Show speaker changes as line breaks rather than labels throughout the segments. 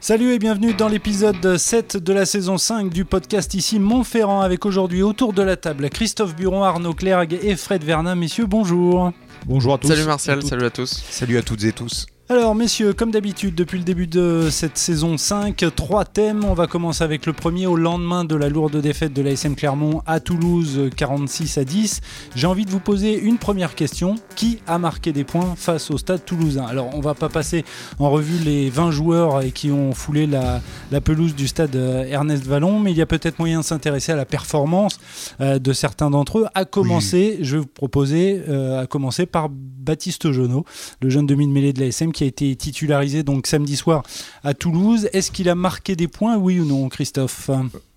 Salut et bienvenue dans l'épisode 7 de la saison 5 du podcast ici Montferrand avec aujourd'hui autour de la table Christophe Buron, Arnaud Clergue et Fred Vernin. Messieurs, bonjour.
Bonjour à tous.
Salut Martial, salut à tous.
Salut à toutes et tous.
Alors messieurs, comme d'habitude depuis le début de cette saison 5, trois thèmes. On va commencer avec le premier au lendemain de la lourde défaite de l'ASM Clermont à Toulouse 46 à 10. J'ai envie de vous poser une première question. Qui a marqué des points face au stade toulousain Alors on va pas passer en revue les 20 joueurs euh, qui ont foulé la, la pelouse du stade euh, Ernest Vallon, mais il y a peut-être moyen de s'intéresser à la performance euh, de certains d'entre eux. À commencer, oui. je vais vous proposer, euh, à commencer par Baptiste Jonot, le jeune demi-mêlée de l'ASM qui qui a été titularisé donc samedi soir à Toulouse. Est-ce qu'il a marqué des points, oui ou non, Christophe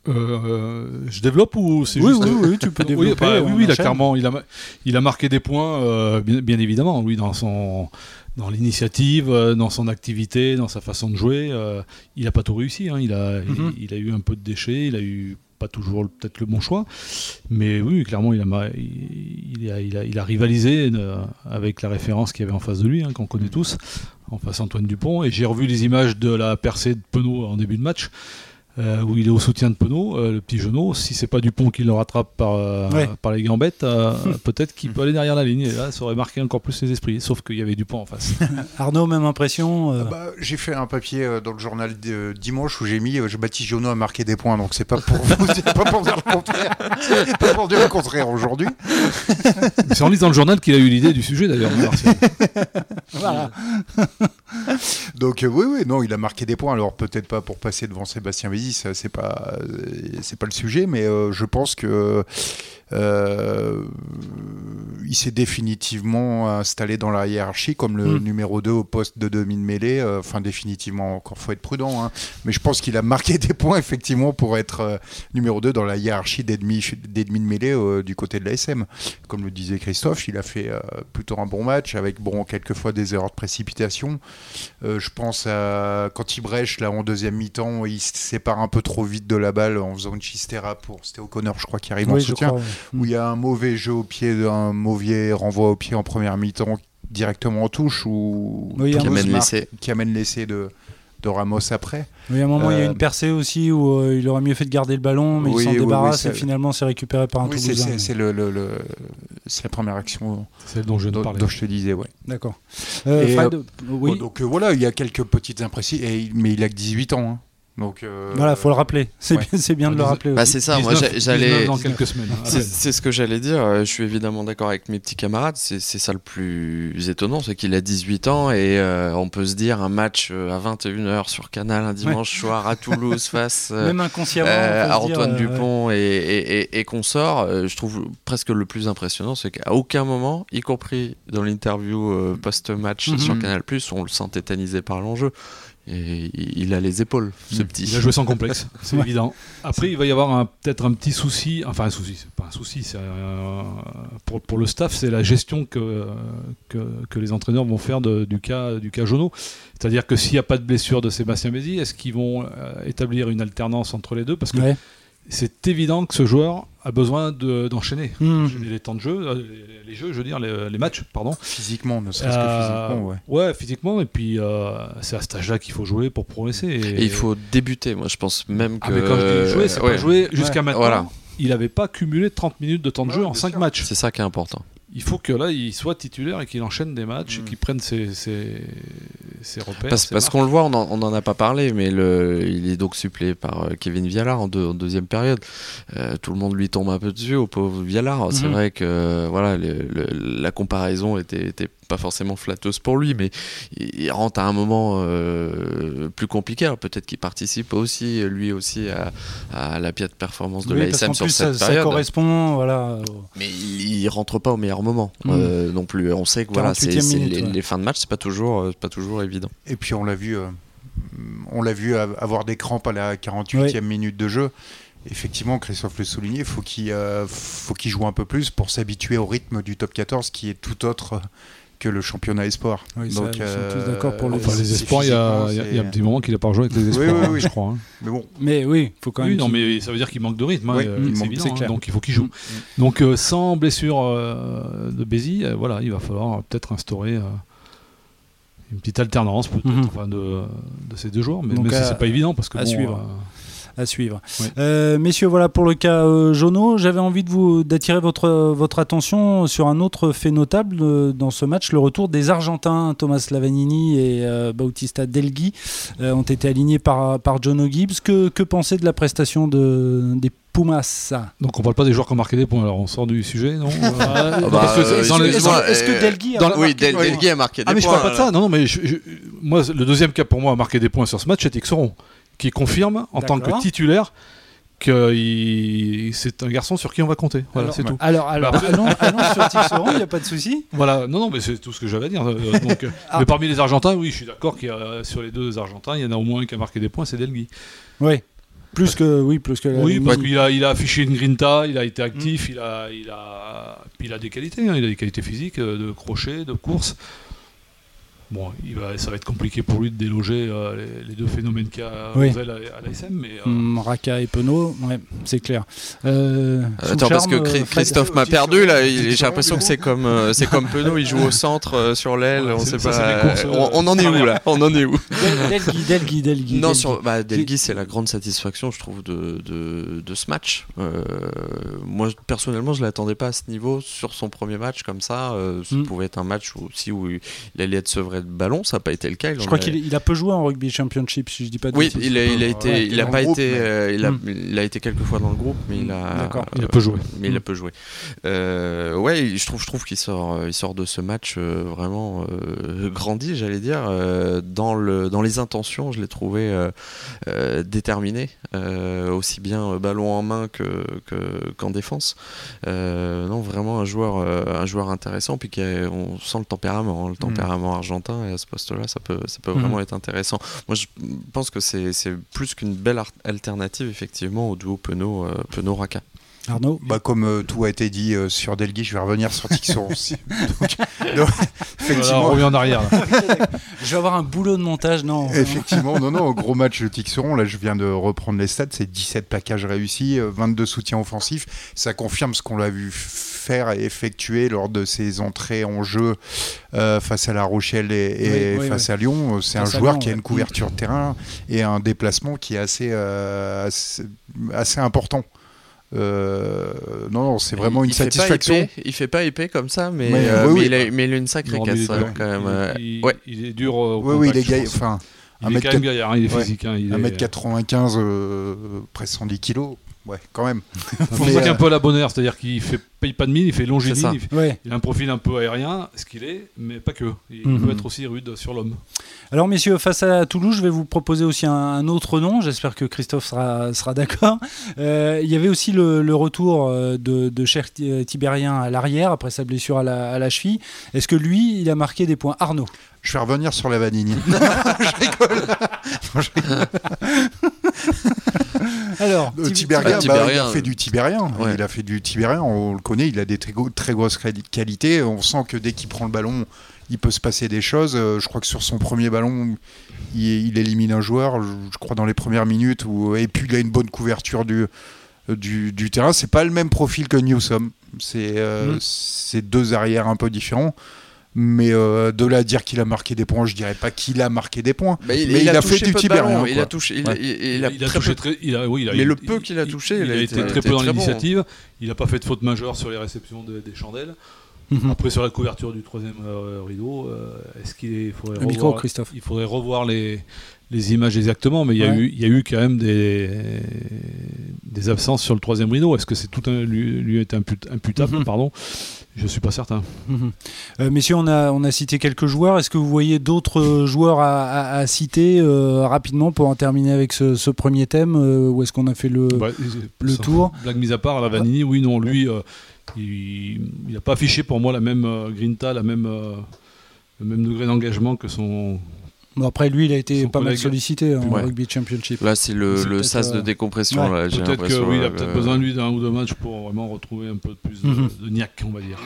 euh, je développe ou c'est
oui,
juste...
oui, oui, tu peux développer. hein,
oui, bah, oui, oui là, clairement, il a, il a marqué des points, euh, bien, bien, évidemment, oui, dans son, dans l'initiative, euh, dans son activité, dans sa façon de jouer. euh, il n'a pas tout réussi. Hein, il a, mm -hmm.
Mm-hmm.
il, il a eu un peu de déchets. Il a eu pas toujours peut-être le bon choix. Mais oui, clairement, il a, il a, il a, il a rivalisé euh, avec la référence qu'il y avait en face de lui, hein, qu'on connaît tous, en face Antoine Dupont. Et j'ai revu les images de la percée de Penaud en début de match. Euh, où il est au soutien de Penaud, euh, le petit genou. Si c'est pas Dupont qui le rattrape par, euh, ouais. par les gambettes, euh, peut-être qu'il peut aller derrière la ligne. Et là, ça aurait marqué encore plus les esprits. Sauf qu'il y avait Dupont en face.
Arnaud, même
Ah
impression euh,
bah, J'ai fait un papier euh, dans le journal de, dimanche où j'ai mis euh, je Baptiste Giono a marqué des points. Donc c'est pas pour vous, pas pour dire le contraire. pas pour dire le contraire aujourd'hui.
C'est en lisant le journal qu'il a eu l'idée du sujet d'ailleurs.
voilà.
donc euh, oui, oui, non, il a marqué des points. Alors peut-être pas pour passer devant Sébastien Bézi ça c'est pas c'est pas le sujet, mais euh, je pense que euh, il s'est définitivement installé dans la hiérarchie comme le mmh. numéro 2 au poste de demi-mêlée. De enfin, euh, définitivement, encore faut être prudent. Hein. Mais je pense qu'il a marqué des points, effectivement, pour être euh, numéro 2 dans la hiérarchie des demi-mêlée de euh, du côté de l'ASM. Comme le disait Christophe, il a fait euh, plutôt un bon match avec, bon, quelquefois des erreurs de précipitation. Euh, je pense à quand il brèche, là, en deuxième mi-temps, il se sépare un peu trop vite de la balle en faisant une chistera pour. C'était O'Connor, je crois, qui arrive oui, en soutien. Crois, ouais où il y a un mauvais jeu au pied, un mauvais renvoi au pied en première mi-temps directement en touche ou
oui, qui, amène
qui amène l'essai de, de Ramos après.
Oui, à un moment, euh, il y a une percée aussi où euh, il aurait mieux fait de garder le ballon, mais oui, il s'en débarrasse oui, et finalement, c'est récupéré par un
oui, C'est le, le, le... la première action
celle dont je,
dont, dont je te disais. Ouais.
D'accord.
Euh, Fred... bon, donc euh, voilà, il y a quelques petites impressions, et, mais il a que 18 ans. Hein. Donc euh...
Voilà, faut le rappeler. C'est ouais. bien, bien de le rappeler.
Bah c'est ça, 19, moi j'allais.
Dans quelques semaines. hein,
C'est ce que j'allais dire. Euh, Je suis évidemment d'accord avec mes petits camarades. C'est ça le plus étonnant, c'est qu'il a 18 ans et euh, on peut se dire un match euh, à 21h sur Canal un dimanche ouais. soir à Toulouse face euh,
Même inconsciemment,
à
euh,
Antoine dire, Dupont ouais. et, et, et, et consort. Je trouve presque le plus impressionnant, c'est qu'à aucun moment, y compris dans l'interview post-match mm -hmm. sur Canal, on le sent tétanisé par l'enjeu. Et il a les épaules, ce mmh. petit.
Il a joué sans complexe, c'est évident. Après, il va y avoir peut-être un petit souci, enfin un souci, c'est pas un souci, un, pour, pour, le staff, c'est la gestion que, que, que, les entraîneurs vont faire de, du cas du cas Jono. C'est-à-dire que s'il n'y a pas de blessure de Sébastien Bézi, est-ce qu'ils vont euh, établir une alternance entre les deux Parce que ouais. c'est évident que ce joueur a besoin d'enchaîner de,
Hum.
Hmm.
mmh. les temps de jeu, les, les jeux, je veux dire, les, les matchs, pardon.
Physiquement, ne serait-ce euh, que physiquement, ouais.
Ouais, physiquement, et puis euh, c'est à cet âge-là qu'il faut jouer pour progresser. Et,
et il faut débuter, moi je pense même que.
Ah, mais quand je dis jouer, c'est ouais. pas jouer jusqu'à maintenant. Voilà. Il n'avait pas cumulé 30 minutes de temps de jeu en 5 sûr. matchs.
C'est ça qui est important
il faut que là, il soit titulaire et qu'il enchaîne des matchs mmh. et qu'il prenne ses, ses, ses, repères.
Parce,
ses
parce qu'on le voit, on n'en a pas parlé, mais le, il est donc suppléé par euh, Kevin Vialard en, deux, en deuxième période. Euh, tout le monde lui tombe un peu dessus au pauvre Vialard. Mmh. C'est
Mhm.
vrai que voilà, le, le, la comparaison était, était pas forcément flatteuse pour lui, mais il rentre à un moment euh, plus compliqué. peut-être qu'il participe aussi, lui aussi, à, à la piètre performance de oui, l'ASM sur
plus,
cette
ça,
période.
Ça correspond, voilà.
Mais il, il, rentre pas au meilleur moment mmh. euh, non plus. On sait que voilà, c'est, les, ouais. les, fins de match, c'est pas toujours, euh, pas toujours évident.
Et puis on l'a vu, euh, on l'a vu avoir des crampes à la 48e oui. minute de jeu effectivement, Christophe le soulignait, faut qu'il euh, faut qu'il joue un peu plus pour s'habituer au rythme du top 14 qui est tout autre que le championnat espoir.
Oui, ça,
Donc,
ils sont
euh,
tous d'accord pour le-
Enfin, les
c'est
espoirs, il y, a-
physiquement,
il y a-
c'est-
il y a un petit moment qu'il a pas rejoué avec les espoirs,
oui,
hein,
oui.
je crois. hein.
Mais bon,
Mais oui, faut quand même.
Oui, non,
qu'il-
mais ça veut dire qu'il manque de rythme, hein,
Oui,
euh,
il
c'est
manque, Mm,
évident,
c'est
hein,
clair.
donc il faut qu'il joue. Donc euh, sans blessure euh, de Bézi, euh, voilà, il va falloir euh, peut-être instaurer euh, une petite alternance peut-être,
Mm-hmm.
Mhm.
enfin, de, de ces deux joueurs, mais,
Donc,
mais ça,
à-
c'est pas évident parce que
à
bon,
suivre.
euh,
à suivre.
Oui.
Euh, messieurs, voilà pour le cas euh, Jono. J'avais envie de vous d'attirer votre votre attention sur un autre fait notable euh, dans ce match, le retour des Argentins, Thomas Lavanini et euh, Bautista Delghi euh, ont été alignés par par Jono Gibbs. Que que penser de la prestation de des Pumas
donc on parle pas des joueurs qui ont marqué des points, alors on sort du sujet, non Euh,
bah,
parce que
euh,
c'est- dans les-
excuse-moi,
dans-
Est-ce que
euh,
Delghi a
dans la-
marqué
Oui,
des
Del-
points
Delghi a marqué des
Ah mais je
points. euh.
parle pas de ça, non, non, mais je- je- moi le deuxième cas pour moi à marquer des points sur ce match, c'est Tixeron, qui confirme en tant que
D'accord.
titulaire que il- c'est un garçon sur qui on va compter, voilà,
Alors,
c'est
bah,
tout.
Alors, alors, allons, allons sur Tisserand, il n'y a pas de souci.
Voilà, non, non, mais c'est tout ce que j'avais à dire. euh, donc, euh,
Ah.
Mais parmi les Argentins, oui, je suis d'accord qu'il y a sur les deux Argentins, il y en a au moins un qui a marqué des poins, c'est Delgui.
Oui. Plus que oui, plus que
Oui,
Lavanini.
parce qu'il a, il a affiché une grinta, il a été actif, il, a, il, a, puis il a des qualités, hein, il a des qualités physiques, euh, de crochet, de course. Bon, il va, ça va être compliqué pour lui de déloger euh, les, les deux phénomènes qu'il y a
Oui.
Rosel à, à l'ASM, mais euh,
Mm.
Hmm, Raka et Penaud, ouais, c'est clair. Euh, sous le
Attends, parce que
charme,
Chris-
euh, Fred-
Christophe m'a
Aussi sur-
perdu là, il-
sur-
j'ai l'impression que c'est comme, euh, c'est comme Penaud, il joue au centre, euh, sur l'aile,
Ouais,
on
c'est-
sait
ça,
pas.
c'est les courses,
euh,
euh,
on, on en est où là On en est où
Del- Delgui, Delgui, Delgui.
Non,
Delgui.
sur bah,
Qui-
Delghi, c'est la grande satisfaction, je trouve, de, de, de ce match. Euh, moi, je- personnellement, je ne l'attendais pas à ce niveau sur son premier match comme ça. Euh, ça
Mm.
pouvait être un match aussi où il allait être sevré de ballon, ça n'a pas été le cas. il
Je
en
crois
a-
qu'il il a peu joué en rugby championship, si je dis pas de
Oui,
bêtises.
il a, il a été,
Ouais,
il a
dans
pas
le groupe,
été,
mais-
euh, il a,
Mm.
il a été quelques fois dans le groupe, mais il a,
D'accord.
il a peu joué.
mais il a peu joué. Euh, ouais, il- je trouve, je trouve qu'il sort, euh, il sort de ce match euh, vraiment euh, grandi, j'allais dire. Euh, dans le, dans les intentions, je l'ai trouvé euh, euh, déterminé, euh, aussi bien euh, ballon en main que que- qu'en défense. Euh, non, vraiment un joueur, euh, un joueur intéressant. Puis qui a- on sent le tempérament, hein, le tempérament argentin. Et à ce poste-là, ça peut, ça peut
Mhm.
vraiment être intéressant. Moi, je pense que c'est c'est plus qu'une belle ar- alternative effectivement au duo Penaud, euh, Penaud Raka.
Arnaud
Bah, comme euh, tout a été dit euh, sur Delgui, je vais revenir sur Tixon aussi. Donc, donc,
Voilà, on
effectivement,
revient en arrière. là.
Je vais avoir un boulot de montage, non hein.
effectivement, non, non, gros match de Tixeron. Là, je viens de reprendre les stats. C'est 17 plaquages réussis, euh, 22 soutiens offensifs. Ça confirme ce qu'on l'a vu faire et effectuer lors de ses entrées en jeu euh, face à La Rochelle et, et
Oui, oui,
face à Lyon. Euh, C'est un
Face à
joueur
Lyon,
qui a
ouais.
une couverture de terrain et un déplacement qui est assez, euh, assez, assez important. Euh, non, non, c'est vraiment
Il-
une
il fait pas
satisfaction.
épais, il fait pas épais comme ça, mais,
Mais,
euh,
oui,
mais
oui.
Il, a, mais il a une sacrée
Non, mais
caisse
il est
hein,
dur.
quand même. euh,
Il, il-
ouais.
il est dur. euh, au
Oui, oui, il
contact,
est
je
gaillard.
pense.
Enfin,
Il
un
est
mètre
quand même gaillard, hein, il est physique. hein, il est-
1m95, euh, près de 110 kg. Ouais, quand même.
Faut
Mais,
qu'il ait un
euh,
peu à la bonne heure, c'est-à-dire qu'il fait paye pas de mine, il fait
C'est ça.
longiligne, il fait-
Ouais.
il a un profil un peu aérien, ce qu'il est, mais pas que. Il
Mhm.
Mm-hmm.
peut être aussi rude sur l'homme.
Alors, messieurs, face à Toulouse, je vais vous proposer aussi un, un autre nom. J'espère que Christophe sera, sera d'accord. Euh, il y avait aussi le, le retour euh, de, de Cher Ti- euh, Tibérien à l'arrière après sa blessure à la, à la cheville. Est-ce que lui, il a marqué des points Arnaud
Je vais revenir sur la vanille. je rigole. Non, je rigole.
Alors,
Euh,
Tib-
Ah,
Tibérien, bah, il
Tibérien.
a fait du Tibérien.
Ouais.
Il a fait du Tibérien, on le connaît, il a des très, gros- très grosses quali- qualités. On sent que dès qu'il prend le ballon, il peut se passer des choses. Euh, Je crois que sur son premier ballon, il, il élimine un joueur, je je crois dans les premières minutes. Où, et puis il a une bonne couverture du, euh, du, du terrain. C'est pas le même profil que Newsom. C'est euh,
Mm.
c'est deux arrières un peu différents. Mais euh, de là à dire qu'il a marqué des points, je dirais pas qu'il a marqué des points.
Bah,
Mais il a fait
touché
du
peu de
Tibérien,
ballons,
quoi.
Il a touché. il-
Ouais.
il- il a très
touché
peu-
très- il a- oui, il a-
Mais
il-
le peu
il-
qu'il a touché,
il, a été, très peu
était
dans
très bon.
l'initiative. Il n'a pas fait de faute majeure sur les réceptions des, des chandelles.
Mhm.
Après, sur la couverture du troisième euh, rideau, euh, est-ce qu'il est- il faudrait
Le micro,
revoir,
Christophe.
il faudrait revoir les, les images exactement, mais il y, a
Ouais.
eu, il y a eu quand même des, des absences sur le troisième rideau. Est-ce que c'est tout un- lui, lui est imput- imputable
Mhm.
Pardon, je suis pas certain.
Mhm. Euh, messieurs, on a, on a cité quelques joueurs. Est-ce que vous voyez d'autres euh, joueurs à, à- à citer euh, rapidement pour en terminer avec ce, ce premier thème euh, Ou est-ce qu'on a fait le,
Bah,
le
ça-
tour
Blague mise à part, la Vanini, oui, non, lui, euh, il n'a pas affiché pour moi la même euh, grinta, la même, euh, le même degré d'engagement que son
Bon, après, lui, il a été
Son
pas mal
collègue.
sollicité hein, en
Ouais.
rugby championship.
Là, c'est le,
C'est
le
peut-être,
sas de
euh,
décompression.
ouais.
là, j'ai
Peut-être que
l'impression, euh,
oui, il
là,
a peut-être
le-
besoin de lui d'un ou deux matchs pour vraiment retrouver un peu plus de,
Mhm.
de niaque, on va dire.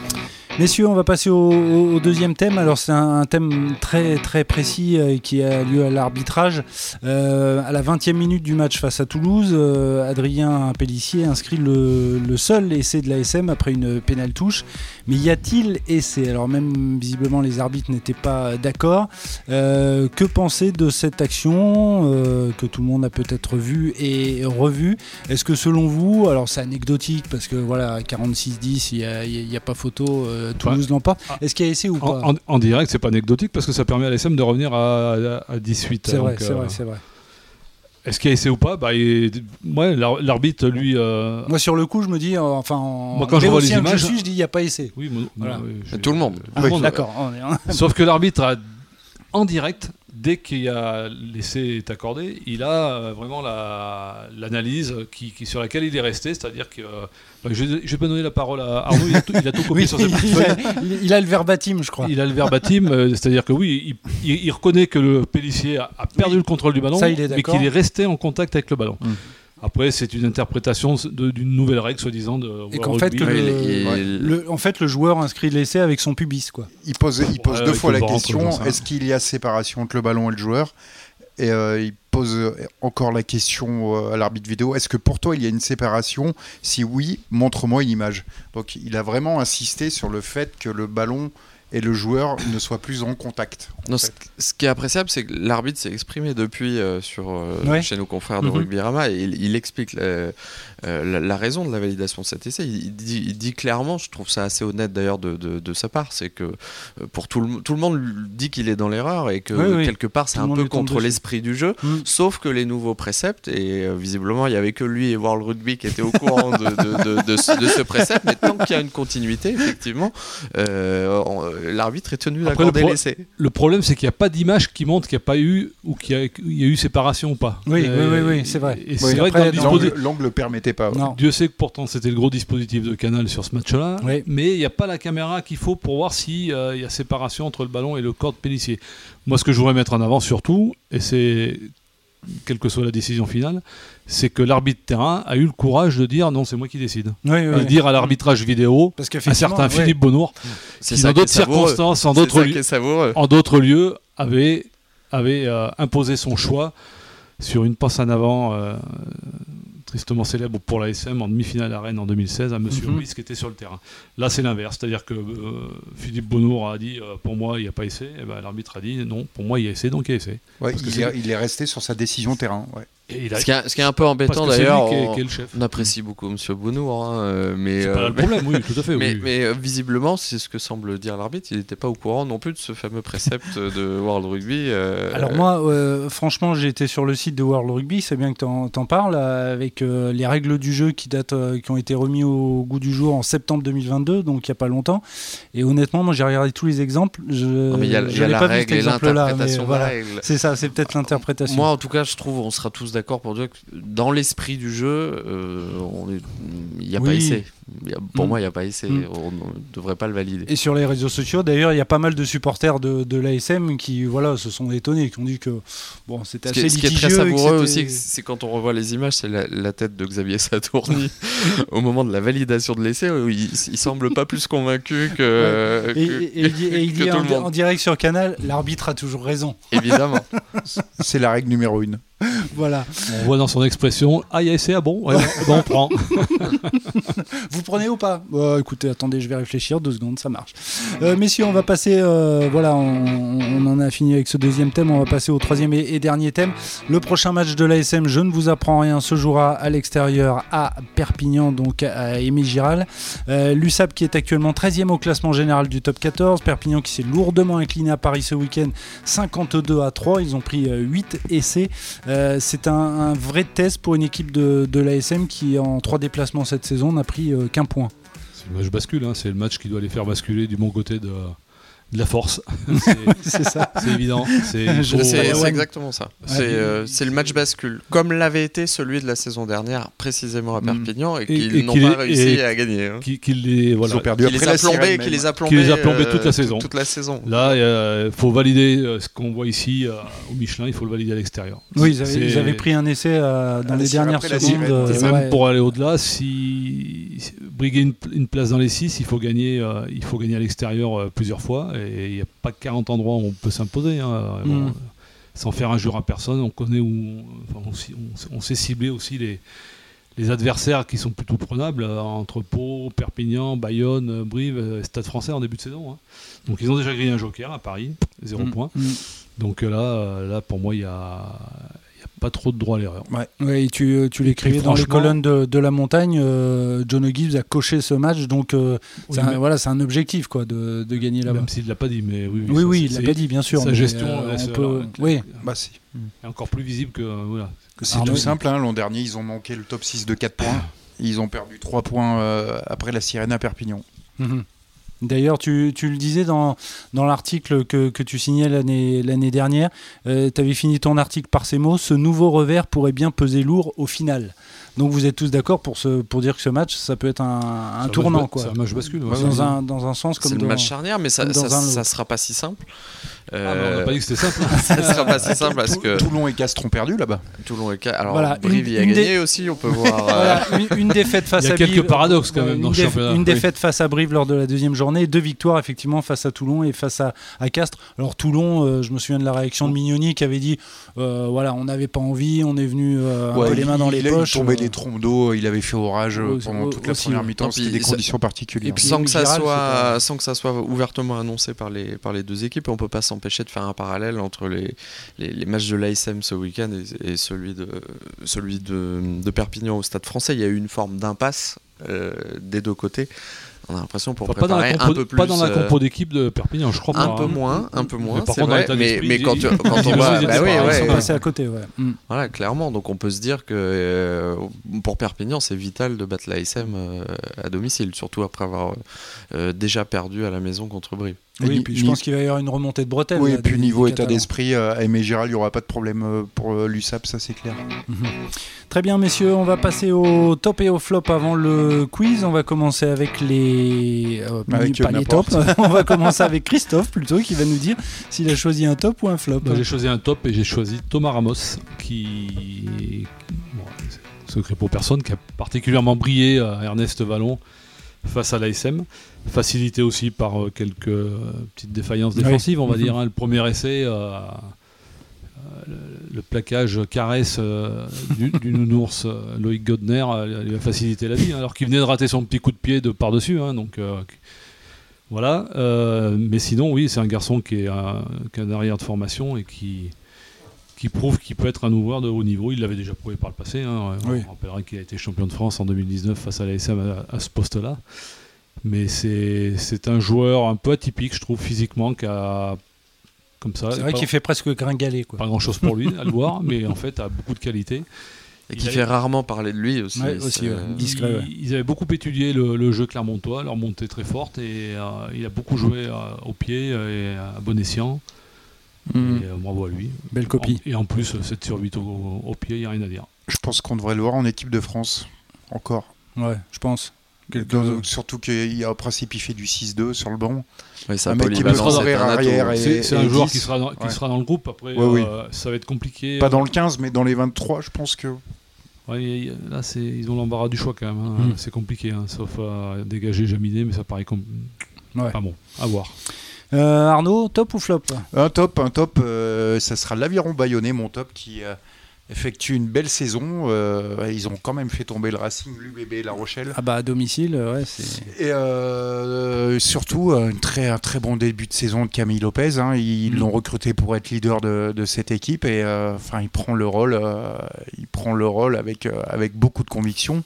Messieurs, on va passer au, au deuxième thème. Alors c'est un, un thème très très précis euh, qui a lieu à l'arbitrage. Euh, à la 20e minute du match face à Toulouse, euh, Adrien Pellissier inscrit le, le seul essai de l'ASM après une pénale touche. Mais y a-t-il essai Alors même visiblement les arbitres n'étaient pas d'accord. Euh, que penser de cette action euh, que tout le monde a peut-être vue et revue est-ce que selon vous, alors c'est anecdotique parce que voilà, 46-10, il n'y a, il y a pas photo, euh, Toulouse l'emporte.
Ah.
Est-ce qu'il y a essai ou pas
En, en- en direct, c'est pas anecdotique parce que ça permet à l'ASM de revenir à, à- à 18.
C'est vrai,
Donc,
c'est
euh,
vrai, c'est vrai.
Est-ce qu'il y a essai ou pas bah, il- ouais, l'ar- L'arbitre, lui. euh,
Moi sur le coup, je me dis, euh, enfin, en...
Moi, quand je vois les
béotien que
images-
je suis, je dis il n'y a pas essai.
Oui, mon-
Voilà.
oui, je-
Tout le monde.
Ah,
le
bon,
monde. hein.
D'accord. on est-
Sauf que l'arbitre a en direct, dès qu'il y a l'essai est accordé, il a euh, vraiment la- l'analyse qui, qui- sur laquelle il est resté, c'est-à-dire que euh, bah, je, je vais pas donner la parole à Arnaud, il a tout, il a tout copié
Oui,
sur sa petite
il,
feuille.
a, il- il a le verbatim, je crois.
Il a le verbatim, euh, c'est-à-dire que oui, il, il- il reconnaît que le Pélissier a, a perdu le contrôle du ballon,
Ça, il est
mais
d'accord. Mm.
qu'il est resté en contact avec le ballon. Après, c'est une interprétation de- d'une nouvelle règle, soi-disant. de-
Et qu'en fait,
rugby.
que
Ouais,
le,
il-
ouais,
il-
le- en fait, le joueur inscrit l'essai avec son pubis, quoi.
Il pose, il pose
Ouais,
deux
il
fois
faut
la
voir entre les
question
gens, ça.
est-ce qu'il y a séparation entre le ballon et le joueur Et euh, il pose euh, encore la question euh, à l'arbitre vidéo est-ce que pour toi il y a une séparation Si oui, montre-moi une image. Donc il a vraiment insisté sur le fait que le ballon et le joueur ne soient plus en contact. en
Non,
fait.
ce, ce qui est appréciable, c'est que l'arbitre s'est exprimé depuis euh, sur, euh,
Ouais.
chez nos confrères de
Mhm.
Rugby Rama et il, il explique la, euh, la- la raison de la validation de cet essai. Il, il dit, il dit clairement, je trouve ça assez honnête d'ailleurs de, de- de sa part, c'est que euh, pour tout le, mo- tout le monde lui dit qu'il est dans l'erreur et que
Oui, oui.
quelque part c'est
Tout le
un
monde
peu
lui tombe
contre
dessus.
l'esprit du jeu.
Mm.
Sauf que les nouveaux préceptes, et euh, visiblement il n'y avait que lui et World Rugby qui étaient au courant de, de- de- de ce, de ce précepte, mais tant qu'il y a une continuité, effectivement, euh, on- l'arbitre est tenu
Après, le
d'accorder
pro-
l'essai.
Le problème, c'est qu'il n'y a pas d'image qui montre qu'il n'y a pas eu ou qu'il y, a- qu'il y a eu séparation ou pas.
Oui,
Euh,
oui, oui, oui, c'est vrai.
Et
Oui,
c'est vrai que
après,
dans le
dans
dispositif-
L'angle- L'angle ne permettait pas. ouais.
Non.
Dieu sait que pourtant c'était le gros dispositif de Canal sur ce match-là,
Oui.
mais il n'y a pas la caméra qu'il faut pour voir s'il y a séparation entre le ballon et le corps de Pélissier. Moi, ce que je voudrais mettre en avant surtout, et c'est quelle que soit la décision finale, c'est que l'arbitre de terrain a eu le courage de dire non, c'est moi qui décide.
Oui, oui,
De
oui.
dire à l'arbitrage vidéo,
Parce
un
qu'effectivement,
certain
ouais.
Philippe Bonour,
C'est
qui
ça
dans
qui est
d'autres
savoureux.
circonstances, en
C'est
d'autres
ça
lieux,
qui est savoureux.
en d'autres lieux, avait, avait euh, imposé son choix sur une passe en avant euh, tristement célèbre pour la SM en demi-finale à Rennes en 2016 à Monsieur
Mhm.
Ruiz qui était sur le terrain. Là, c'est l'inverse, c'est-à-dire que euh, Philippe Bonour a dit euh, pour moi il n'y a pas essai, et ben, l'arbitre a dit non, pour moi il y a essai donc il y a essai.
Ouais,
Parce que
il,
c'est-
est, il est resté sur sa décision terrain. ouais.
Et il a-
Ce qui, est, ce qui est un peu
parce
embêtant
que c'est lui
d'ailleurs,
qui est,
on,
qui est le chef.
on apprécie beaucoup Monsieur Bonour, hein, euh, mais,
C'est
euh,
pas là le
mais,
problème, oui, tout à fait.
mais-
oui.
mais, euh, visiblement, c'est ce que semble dire l'arbitre, il n'était pas au courant non plus de ce fameux précepte de World Rugby. euh,
Alors moi, euh, franchement, j'étais sur le site de World Rugby, c'est bien que t'en en parles, euh, avec euh, les règles du jeu qui datent, euh, qui ont été remis au goût du jour en septembre 2022, donc il n'y a pas longtemps. Et honnêtement, moi j'ai regardé tous les exemples, je
non, Ah, mais il y a, il y a
euh, je n'ai
la
pas vu cet
règle et
exemple-là. mais
l'interprétation de la
voilà.
règle.
C'est ça, c'est peut-être l'interprétation.
Moi, en tout cas, je trouve, on sera tous d'accord pour dire que dans l'esprit du jeu, euh, on est- il n'y a pas
Oui.
essai. Il y a- Pour
Mm.
moi, il n'y a pas essai.
Mm.
On ne devrait pas le valider.
Et sur les réseaux sociaux, d'ailleurs, il y a pas mal de supporters de, de l'ASM qui voilà, se sont étonnés, qui ont dit que bon, c'était
Ce
assez
qui, est, ce qui est très
litigieux et que
savoureux
c'était-
aussi, c'est quand on revoit les images, c'est la, la tête de Xavier Satourny au moment de la validation de l'essai. où Il, il semble pas plus convaincu que,
Et,
que-
et- et il dit- et il
que
dit
tout
en,
le monde.
en direct sur Canal, l'arbitre a toujours raison.
évidemment.
C'est la règle numéro une.
Voilà.
On voit dans son expression Ah, il y a essai, ah bon, ouais, bon, on prend.
Vous prenez ou pas Bah, Écoutez, attendez, je vais réfléchir. Deux secondes, ça marche. Euh, messieurs, on va passer. euh, voilà, on, on en a fini avec ce deuxième thème. On va passer au troisième et, et dernier thème. Le prochain match de l'ASM, je ne vous apprends rien, se jouera à l'extérieur à Perpignan, donc à Émile Giral. Euh, L'USAP qui est actuellement 13e au classement général du top 14. Perpignan qui s'est lourdement incliné à Paris ce week-end, 52 à 3. Ils ont pris 8 essais. Euh, c'est un, un vrai test pour une équipe de, de l'ASM qui, en trois déplacements cette saison, n'a pris euh, qu'un point.
C'est le match bascule, hein, c'est le match qui doit les faire basculer du bon côté de, de la force. C'est-
c'est ça.
C'est évident. C'est
Je
trop-
sais,
ouais.
C'est
ouais.
c'est exactement ça. C'est euh, c'est le match bascule, comme l'avait été celui de la saison dernière, précisément à
Mm.
Perpignan, et
Et- et
qu'ils n'ont
qu'il
pas
est-
réussi
et-
à gagner. hein.
qui, qui les, voilà.
Ils ont perdu
Qui les
après
a
la sirène
plombés,
même.
qui les a
Qui les a plombés
euh,
toute la saison.
Toute la saison.
Là, il faut valider euh, ce qu'on voit ici euh, au Michelin, il faut le valider à l'extérieur.
Oui, ils avaient,
C'est-
ils avaient pris un essai euh, dans
Ah,
les
la sirène
dernières
après la
secondes.
sirène,
euh,
Et même
ouais.
pour aller au-delà, si, si- briguer une, une place dans les 6, il faut gagner, euh, il faut gagner à l'extérieur euh, plusieurs fois. Et il n'y a pas 40 endroits où on peut s'imposer. hein. Bon,
Mm.
euh, sans faire injure à personne, on connaît où, enfin, on, s'y- on s- on sait cibler aussi les, les adversaires qui sont plutôt prenables euh, entre Pau, Perpignan, Bayonne, euh, Brive, euh, Stade Français en début de saison. hein. Donc ils ont déjà grillé un joker à Paris, 0
Mm.
point.
Mm.
Donc euh, là, euh, là pour moi, il n'y a, il y a pas trop de droit à l'erreur.
Ouais, ouais, et tu, euh, tu l'écrivais
puis,
dans les
franchement-
colonnes de, de la montagne. euh, John O'Gibbs a coché ce match, donc euh, c'est
Oui,
un,
mais-
voilà, c'est un objectif quoi, de, de gagner là-bas.
Même s'il ne l'a pas dit, mais oui,
Oui,
ça,
oui,
c'est-
il l'a pas dit, bien sûr.
sa
mais,
gestion,
euh,
là,
on
c'est-
peut-
alors,
oui,
Bah, si.
c'est encore plus visible que euh, voilà.
C'est
Arnaud,
tout
il-
simple. hein, L'an dernier, ils ont manqué le top 6 de 4 points. Ils ont perdu 3 points euh, après la sirène à Perpignan.
Mhm. D'ailleurs, tu, tu le disais dans, dans l'article que, que tu signais l'année l'année dernière, euh, tu avais fini ton article par ces mots, ce nouveau revers pourrait bien peser lourd au final. Donc vous êtes tous d'accord pour, ce, pour dire que ce match, ça peut être un, un
Ça
tournant.
match-
Quoi.
ça match bascule. ouais.
Dans, un, dans un sens comme
C'est le
dans...
match charnière, mais ça
comme dans
ça,
un lot.
ça sera pas si simple.
Ah, mais on n'a
Euh,
pas dit que c'était simple.
ça sera pas si simple parce
Tou-
que
Toulon et Castron perdu là-bas.
Toulon est ca- Alors,
Voilà,
Brive
une-
y a
une
gagné aussi, on peut voir. euh,
Voilà, une, une défaite face
Il y a
à
quelques
Brive.
paradoxes, quand même,
Une
dans ce
déf-
championnat.
Une
Oui.
défaite face à Brive lors de la deuxième journée, deux victoires effectivement face à Toulon et face à, à Castres. Alors Toulon, euh, je me souviens de la réaction de Mignoni qui avait dit euh, voilà, on n'avait pas envie, on est venu euh, un
Ouais,
peu les
il-
mains dans
il
les
a eu
poches.
tombé
euh,
des trompes d'eau, il avait fait orage euh,
aussi-
pendant toute la
aussi,
première
ouais.
mi-temps,
Non, puis
c'était des
ça-
conditions particulières.
Et puis-
sans que, ça
Viral, c'est
soit,
pas-
sans que ça soit ouvertement annoncé par les, par les deux équipes, on peut pas s'empêcher de faire un parallèle entre les, les, les matchs de l'ASM ce week-end et, et celui, de, celui de, de Perpignan au Stade français. Il y a eu une forme d'impasse euh, des deux côtés. On a l'impression pour
Enfin, pas dans
préparer
la compo,
un peu plus.
pas dans la
euh,
compo d'équipe de Perpignan, je crois
un
pas,
peu
hein.
moins, un peu moins,
par
c'est
contre, dans
vrai,
l'état
mais,
d'esprit,
mais quand,
ils-
tu- quand
ils
on
ont
va,
osé
bah
dire
oui,
ça,
ils
ouais,
sont
ouais.
passés à côté. Ouais. Mm.
Voilà, clairement. Donc on peut se dire que euh, pour Perpignan, c'est vital de battre l'ASM euh, à domicile, surtout après avoir euh, déjà perdu à la maison contre Brive.
Oui,
ni-
et puis je
ni-
pense qu'il va y avoir une remontée de bretelles.
Oui,
là,
et puis
des-
niveau
des
état
Catalans.
d'esprit, euh, à Aimé Gérald, il n'y aura pas de problème euh, pour euh, l'USAP, ça c'est clair.
Mhm. Très bien, messieurs, on va passer au top et au flop avant le quiz. On va commencer avec les. euh,
Avec
pas les
n'importe.
tops. on va commencer avec Christophe plutôt, qui va nous dire s'il a choisi un top ou un flop.
Moi, Bah, J'ai choisi un top et j'ai choisi Thomas Ramos, qui, bon, c'est secret pour personne, qui a particulièrement brillé à Ernest Vallon face à l'ASM. Facilité aussi par euh, quelques euh, petites défaillances
Oui.
défensives, on va
Mhm.
dire. hein. Le premier essai, euh, euh, le, le plaquage caresse euh, du, du nounours euh, Loïc Godner euh, lui a facilité la vie, hein, alors qu'il venait de rater son petit coup de pied de par-dessus. hein, donc. euh, voilà, euh, mais sinon, oui, c'est un garçon qui est un, qui est un arrière de formation et qui, qui prouve qu'il peut être un ouvreur de haut niveau. Il l'avait déjà prouvé par le passé. hein. On
Oui.
rappellera qu'il a été champion de France en 2019 face à l'ASM à, à ce poste-là. Mais c'est c'est un joueur un peu atypique, je trouve, physiquement, qui a. Comme ça,
C'est vrai
pas,
qu'il fait presque gringaler. Quoi.
pas grand-chose pour lui à le voir, mais en fait, a beaucoup de qualité.
Et
Il
qui
a-
fait rarement parler de lui aussi.
Ouais, aussi,
c'est- euh,
ouais. Discret,
ils,
ouais.
ils avaient beaucoup étudié le, le jeu clermontois, leur montée très forte, et euh, il a beaucoup joué euh, au pied euh, et à bon escient. Et, euh, bravo à lui.
Belle Hmm. copie.
En- et en plus, euh, 7 sur 8 au, au pied, il n'y a rien à dire.
Je pense qu'on devrait le voir en équipe de France, encore.
Ouais, je pense.
Dans- surtout qu'il y a un principe, il fait du 6-2 sur le banc.
Ouais, ça
Un mec qui
polyvalence,
peut se rendre
c'est un hein. atout.
arrière et-
C'est c'est un joueur
10,
qui, sera dans, qui
ouais.
sera dans le groupe. Après,
Ouais, oui.
euh, ça va être compliqué.
Pas dans le 15, mais dans les 23, je pense que.
Ouais, il y a- là, c'est- ils ont l'embarras du choix quand même. hein.
Mm.
C'est compliqué, hein, sauf à dégager Jaminet, mais ça paraît comme.
Ouais.
Pas bon, à voir.
Euh, Arnaud, top ou flop
Un top, un top, euh, ça sera l'Aviron Bayonnais, mon top, qui euh, effectue une belle saison. Euh, ils ont quand même fait tomber le Racing, l'UBB et La Rochelle.
Ah bah à domicile, ouais, c'est.
Et euh, surtout, euh, une très, un très bon début de saison de Camille Lopez. hein. Ils
Mhm.
l'ont recruté pour être leader de, de cette équipe et euh, enfin, il prend le rôle, euh, il prend le rôle avec, euh, avec beaucoup de conviction.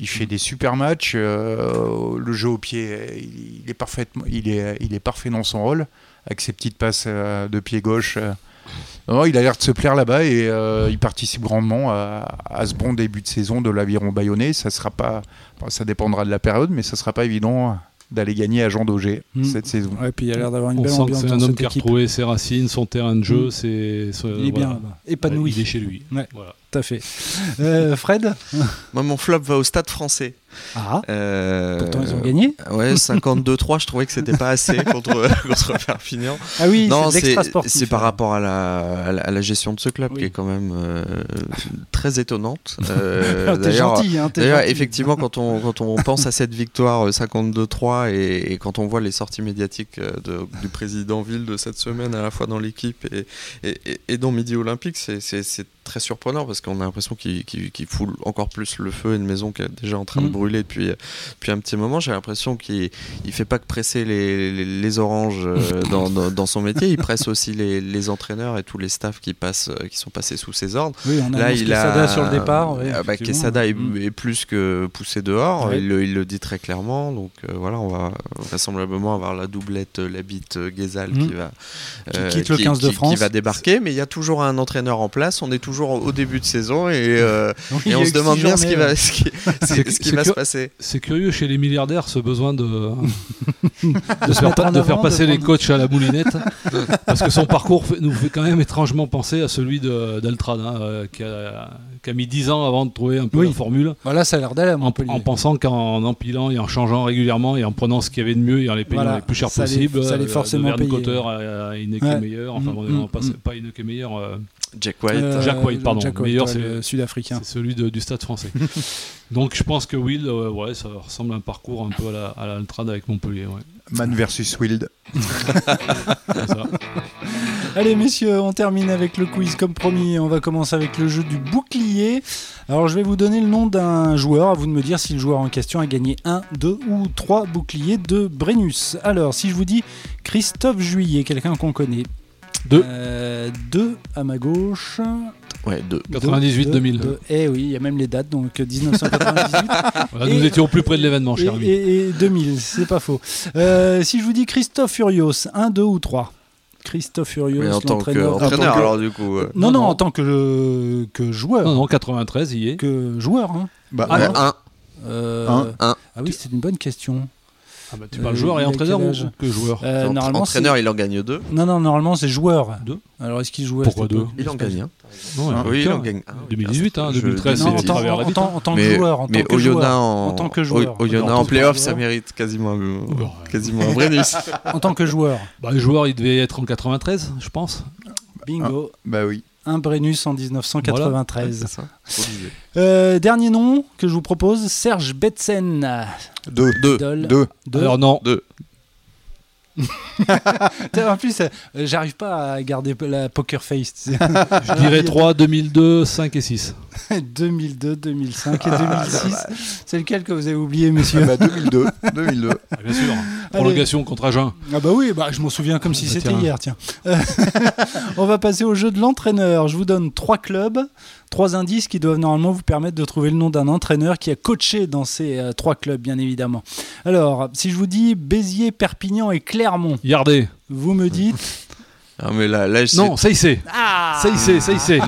Il fait des super matchs. euh, le jeu au pied, euh, il, il est parfaitement, il est, il est parfait dans son rôle avec ses petites passes euh, de pied gauche. euh. Non, il a l'air de se plaire là-bas et euh, il participe grandement à, à ce bon début de saison de l'aviron bayonnais. Ça sera pas, Bon, Ça dépendra de la période, mais ça sera pas évident d'aller gagner à Jean Daugé
Mm.
cette saison.
Ouais, puis il a l'air d'avoir une
On
belle
sent que
ambiance
c'est
dans
un homme
cette
qui a
équipe.
retrouvé ses racines, son terrain de jeu.
Mm.
c'est c'est-
Il est
voilà.
bien bah, épanoui.
Il est chez lui.
Ouais.
Voilà.
Tout à fait. Euh, Fred
Moi, mon flop va au stade français.
Ah,
Euh,
pourtant ils ont gagné.
Ouais, 52-3, je trouvais que c'était pas assez contre, euh, contre Perpignan.
Ah oui,
non,
c'est de
c'est
l'extra-sportif.
c'est par rapport à la, à la, à la gestion de ce club
Oui.
qui est quand même euh, très étonnante. Euh,
Ah, T'es
D'ailleurs,
gentil, hein, t'es
D'ailleurs,
gentil.
effectivement, quand on, quand on pense à cette victoire euh, 52-3 et, et quand on voit les sorties médiatiques euh, de- du président Ville de cette semaine, à la fois dans l'équipe et, et, et- et dans Midi Olympique, c'est- c'est c'est très surprenant parce qu'on a l'impression qu'il qu'il- qu'il foule encore plus le feu à une maison qui est déjà en train de
Mm.
brûler depuis, depuis un petit moment. J'ai l'impression qu'il ne fait pas que presser les, les- les oranges euh, dans, dans- dans son métier, il presse aussi les, les entraîneurs et tous les staffs qui, passent, euh, qui sont passés sous ses ordres.
Oui, on a
Là,
annoncé
il
Quesada
a
sur le départ. ouais,
Ah bah,
effectivement.
Quesada est,
Mm.
est plus que poussé dehors.
Ouais.
Il, le, il le dit très clairement. Donc euh, voilà, on va vraisemblablement avoir la doublette euh, Labitte euh, Guézal
Mm.
qui va euh,
Qui quitte le 15 de
qui- qui
France.
va débarquer. Mais il y a toujours un entraîneur en place. On est toujours au début de saison et, euh,
Donc, il y
et
a euh,
on
eu six
se demande bien ce
journées,
qui va ce qui,
C'est-
ce qui
c'est
va
que-
se passer.
C'est curieux chez les milliardaires ce besoin de, de,
se
faire,
mettre en
de
avant,
faire
de
passer les
prendre-
coachs à la moulinette. parce que son parcours fait- nous fait quand même étrangement penser à celui de- d'Altrad, hein, euh, qui, a, qui a mis 10 ans avant de trouver un peu
Oui.
la formule,
euh, Voilà, ça a l'air d'aller à
en,
Montpellier.
en pensant qu'en empilant et en changeant régulièrement et en prenant ce qu'il y avait de mieux et en les payant
Voilà,
les plus chers
ça les-
possible,
ça les
euh, de
forcément
Verne
payer.
Cotter à, à Ineke
Ouais.
Meyer, enfin
Mm,
bon,
mm,
non, pas,
mm.
pas Ineke Meyer, euh,
Jack White.
Euh,
Jack White, pardon.
Jack White,
Meilleur,
ouais,
c'est-
le sud-africain.
c'est celui de- du stade français. Donc je pense que Will, euh, ouais, ça ressemble à un parcours un peu à la- à l'Altrad avec Montpellier. ouais.
Man versus Wild.
C'est ça.
Allez messieurs, on termine avec le quiz comme promis. On va commencer avec le jeu du bouclier. Alors je vais vous donner le nom d'un joueur, à vous de me dire si le joueur en question a gagné un, deux ou trois boucliers de Brennus. Alors si je vous dis Christophe Juillet, quelqu'un qu'on connaît.
Deux.
Euh, deux à ma gauche.
Ouais, deux.
98,
Deux,
2000.
deux. Eh oui, il y a même les dates, donc euh, 1998
Voilà,
Ah, Et-
nous étions au plus près de l'événement,
et,
cher ami.
et- et 2000, c'est pas faux. Euh, si je vous dis Christophe Furios, un, deux ou trois Christophe Furios,
Mais en tant
l'entraîneur.
qu'entraîneur,
Ah,
alors du coup. euh,
Non, non,
Non, non.
en tant que, euh, que joueur.
Non, non, 93, il y est.
Que joueur. hein.
Bah,
Ah,
ouais.
ouais,
non.
un,
Euh,
Un,
un.
Ah oui, c'est une bonne question.
Ah bah, tu
Euh,
parles joueur et
il a
entraîneur
quel
ou
âge
que joueur
Euh,
Entra-
normalement, c'est-
entraîneur, il en gagne deux.
Non, non, normalement, c'est joueur.
Deux.
Alors, est-ce qu'il jouait à
Pourquoi
cette époque
deux
Il en gagne un.
Non,
Ah,
hein. il y a
Oui, il
aucun.
en gagne un.
2018, hein,
Je-
2013,
Non, en
c'était-
tant,
travers la hein.
en
vie,
tant- en tant que joueur. En
mais
tant que
Oyonnax
joueur.
en,
en tant que joueur.
Oy- Oyonnax
En tant
en
que
playoff,
joueur.
ça mérite quasiment un,
Bon,
quasiment un Brennus.
En tant que joueur.
Ah.
Bah, le joueur, il devait être en 93, je pense.
Bingo.
bah oui.
Un Brennus en 1993.
C'est ça. Obligé.
Euh, dernier nom que je vous propose, Serge Betsen.
Deux.
Deux.
Idole
Deux.
de-
Alors non,
en plus, euh, j'arrive pas à garder la poker face.
je dirais
ah,
3, 2002, 5 et 6.
2002, 2005 et
Ah,
2006. C'est lequel que vous avez oublié, messieurs
Bah, 2002. 2002.
Ah,
bien sûr. Prolongation contre Agen.
Ah bah oui, bah, je m'en souviens comme si
bah
c'était
tiens.
hier, tiens. Euh, On va passer au jeu de l'entraîneur. Je vous donne trois clubs, trois indices qui doivent normalement vous permettre de trouver le nom d'un entraîneur qui a coaché dans ces euh, trois clubs, bien évidemment. Alors, si je vous dis Béziers, Perpignan et Clermont,
Yardé.
vous me dites...
Ah, mais là, là je
Non, ça y c'est.
Ah
Ça y c'est, ça y c'est.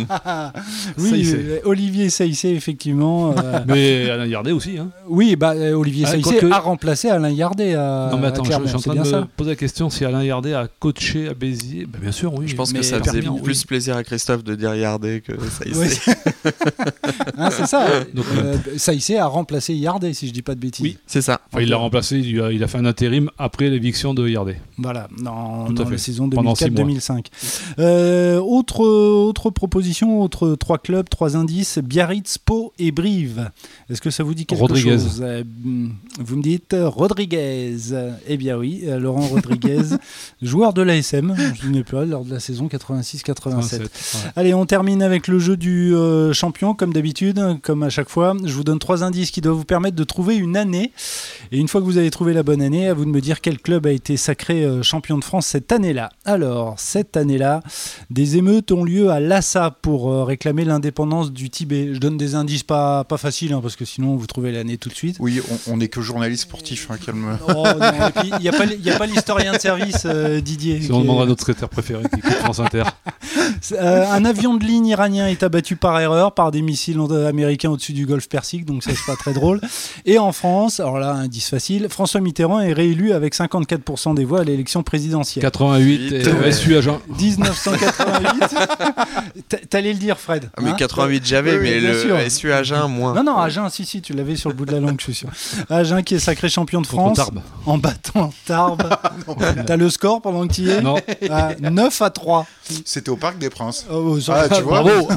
Oui,
Saïssé.
euh, Olivier Saïssé, effectivement. euh,
Mais Alain Yardé aussi. Hein.
oui, bah, euh, Olivier
Ah,
Saïssé
quoique-
a remplacé Alain Yardet à,
non mais attends,
à
je, je
Clermont,
suis en
Ah, c'est
train
bien
de
ça
poser la question si Alain Yardé a coaché à Béziers. Bah, bien sûr, oui.
Je pense
mais
que ça faisait
Perpignan, oui.
plus plaisir à Christophe de dire Yardé que ça. il
Ouais,
sait.
c'est- Hein, c'est ça.
Donc,
Euh, Saïssé a remplacé Yardet, si je dis pas de bêtises.
Oui.
C'est ça.
Enfin, il l'a remplacé, il a, il a fait un intérim après l'éviction de Yardé.
Voilà, dans,
Tout à
dans
fait.
la saison
Pendant six mois.
2004-2005. Euh, autre, autre proposition, autre trois clubs, trois indices Biarritz, Pau et Brive. Est-ce que ça vous dit quelque
Rodriguez.
chose Euh, hmm, Vous me dites euh, Rodriguez. Eh bien oui, euh, Laurent Rodriguez, joueur de l'ASM, je ne me souviens plus, lors de la saison 86-87.
27, ouais.
Allez, on termine avec le jeu du euh, champion, comme d'habitude, comme à chaque fois. Je vous donne trois indices qui doivent vous permettre de trouver une année. Et une fois que vous avez trouvé la bonne année, à vous de me dire quel club a été sacré euh, champion de France cette année-là. Alors, cette année-là, des émeutes ont lieu à Lhasa pour euh, réclamer l'indépendance du Tibet. Je donne des indices pas, pas faciles, hein, parce que sinon vous trouvez l'année tout de suite.
Oui, on- on n'est que journaliste sportif. Hein, calme.
Oh, non, et puis, il n'y a pas l- il y a pas l'historien de service, euh, Didier.
Si
qui
on
est-
demande à notre secrétaire préféré qui écoute France Inter.
Euh, un avion de ligne iranien est abattu par erreur par des facile américain au-dessus du golfe Persique, donc ça c'est pas très drôle. Et en France, alors là, indice facile, François Mitterrand est réélu avec 54% des voix à l'élection présidentielle.
88 et
Ouais.
SU agent.
1988. T'a- T'allais le dire, Fred.
Ah, mais
hein
88 j'avais,
Oui, oui,
mais
bien
le
sûr.
SU Agen moins.
Non, non, Agen, si, si, tu l'avais sur le bout de la langue, je suis sûr. Agen qui est sacré champion de France
Tarbes.
en battant Tarbes. T'as le score pendant que tu y es
Non,
Ah, 9 à 3.
C'était au Parc des Princes.
Oh, ça
Ah,
va,
tu vois
bravo.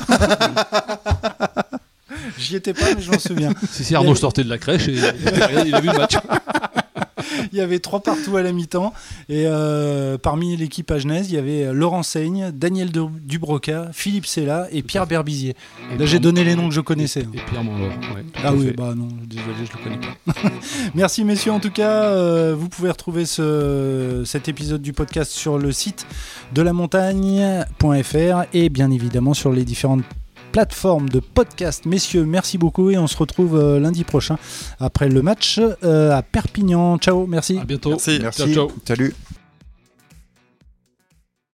J'y étais pas, mais je m'en souviens.
si, si Arnaud sortait de la crèche et il a il a vu le match.
Il y avait trois partout à la mi-temps. Et euh, parmi l'équipe agenaise, il y avait euh, Laurent Seigne, Daniel De- Dubroca, Philippe Sella et Pierre Berbizier. Là, j'ai donné les noms que je connaissais.
Et Pierre Mandor. ouais, tout
Ah
à
oui,
fait.
bah non, désolé, je le connais pas. Merci messieurs, en tout cas, euh, vous pouvez retrouver ce, cet épisode du podcast sur le site de la montagne.fr et bien évidemment sur les différentes plateformes de podcast. Messieurs, merci beaucoup et on se retrouve euh, lundi prochain après le match euh, à Perpignan. Ciao, merci.
À bientôt.
Merci.
Merci.
Ciao, ciao.
Salut.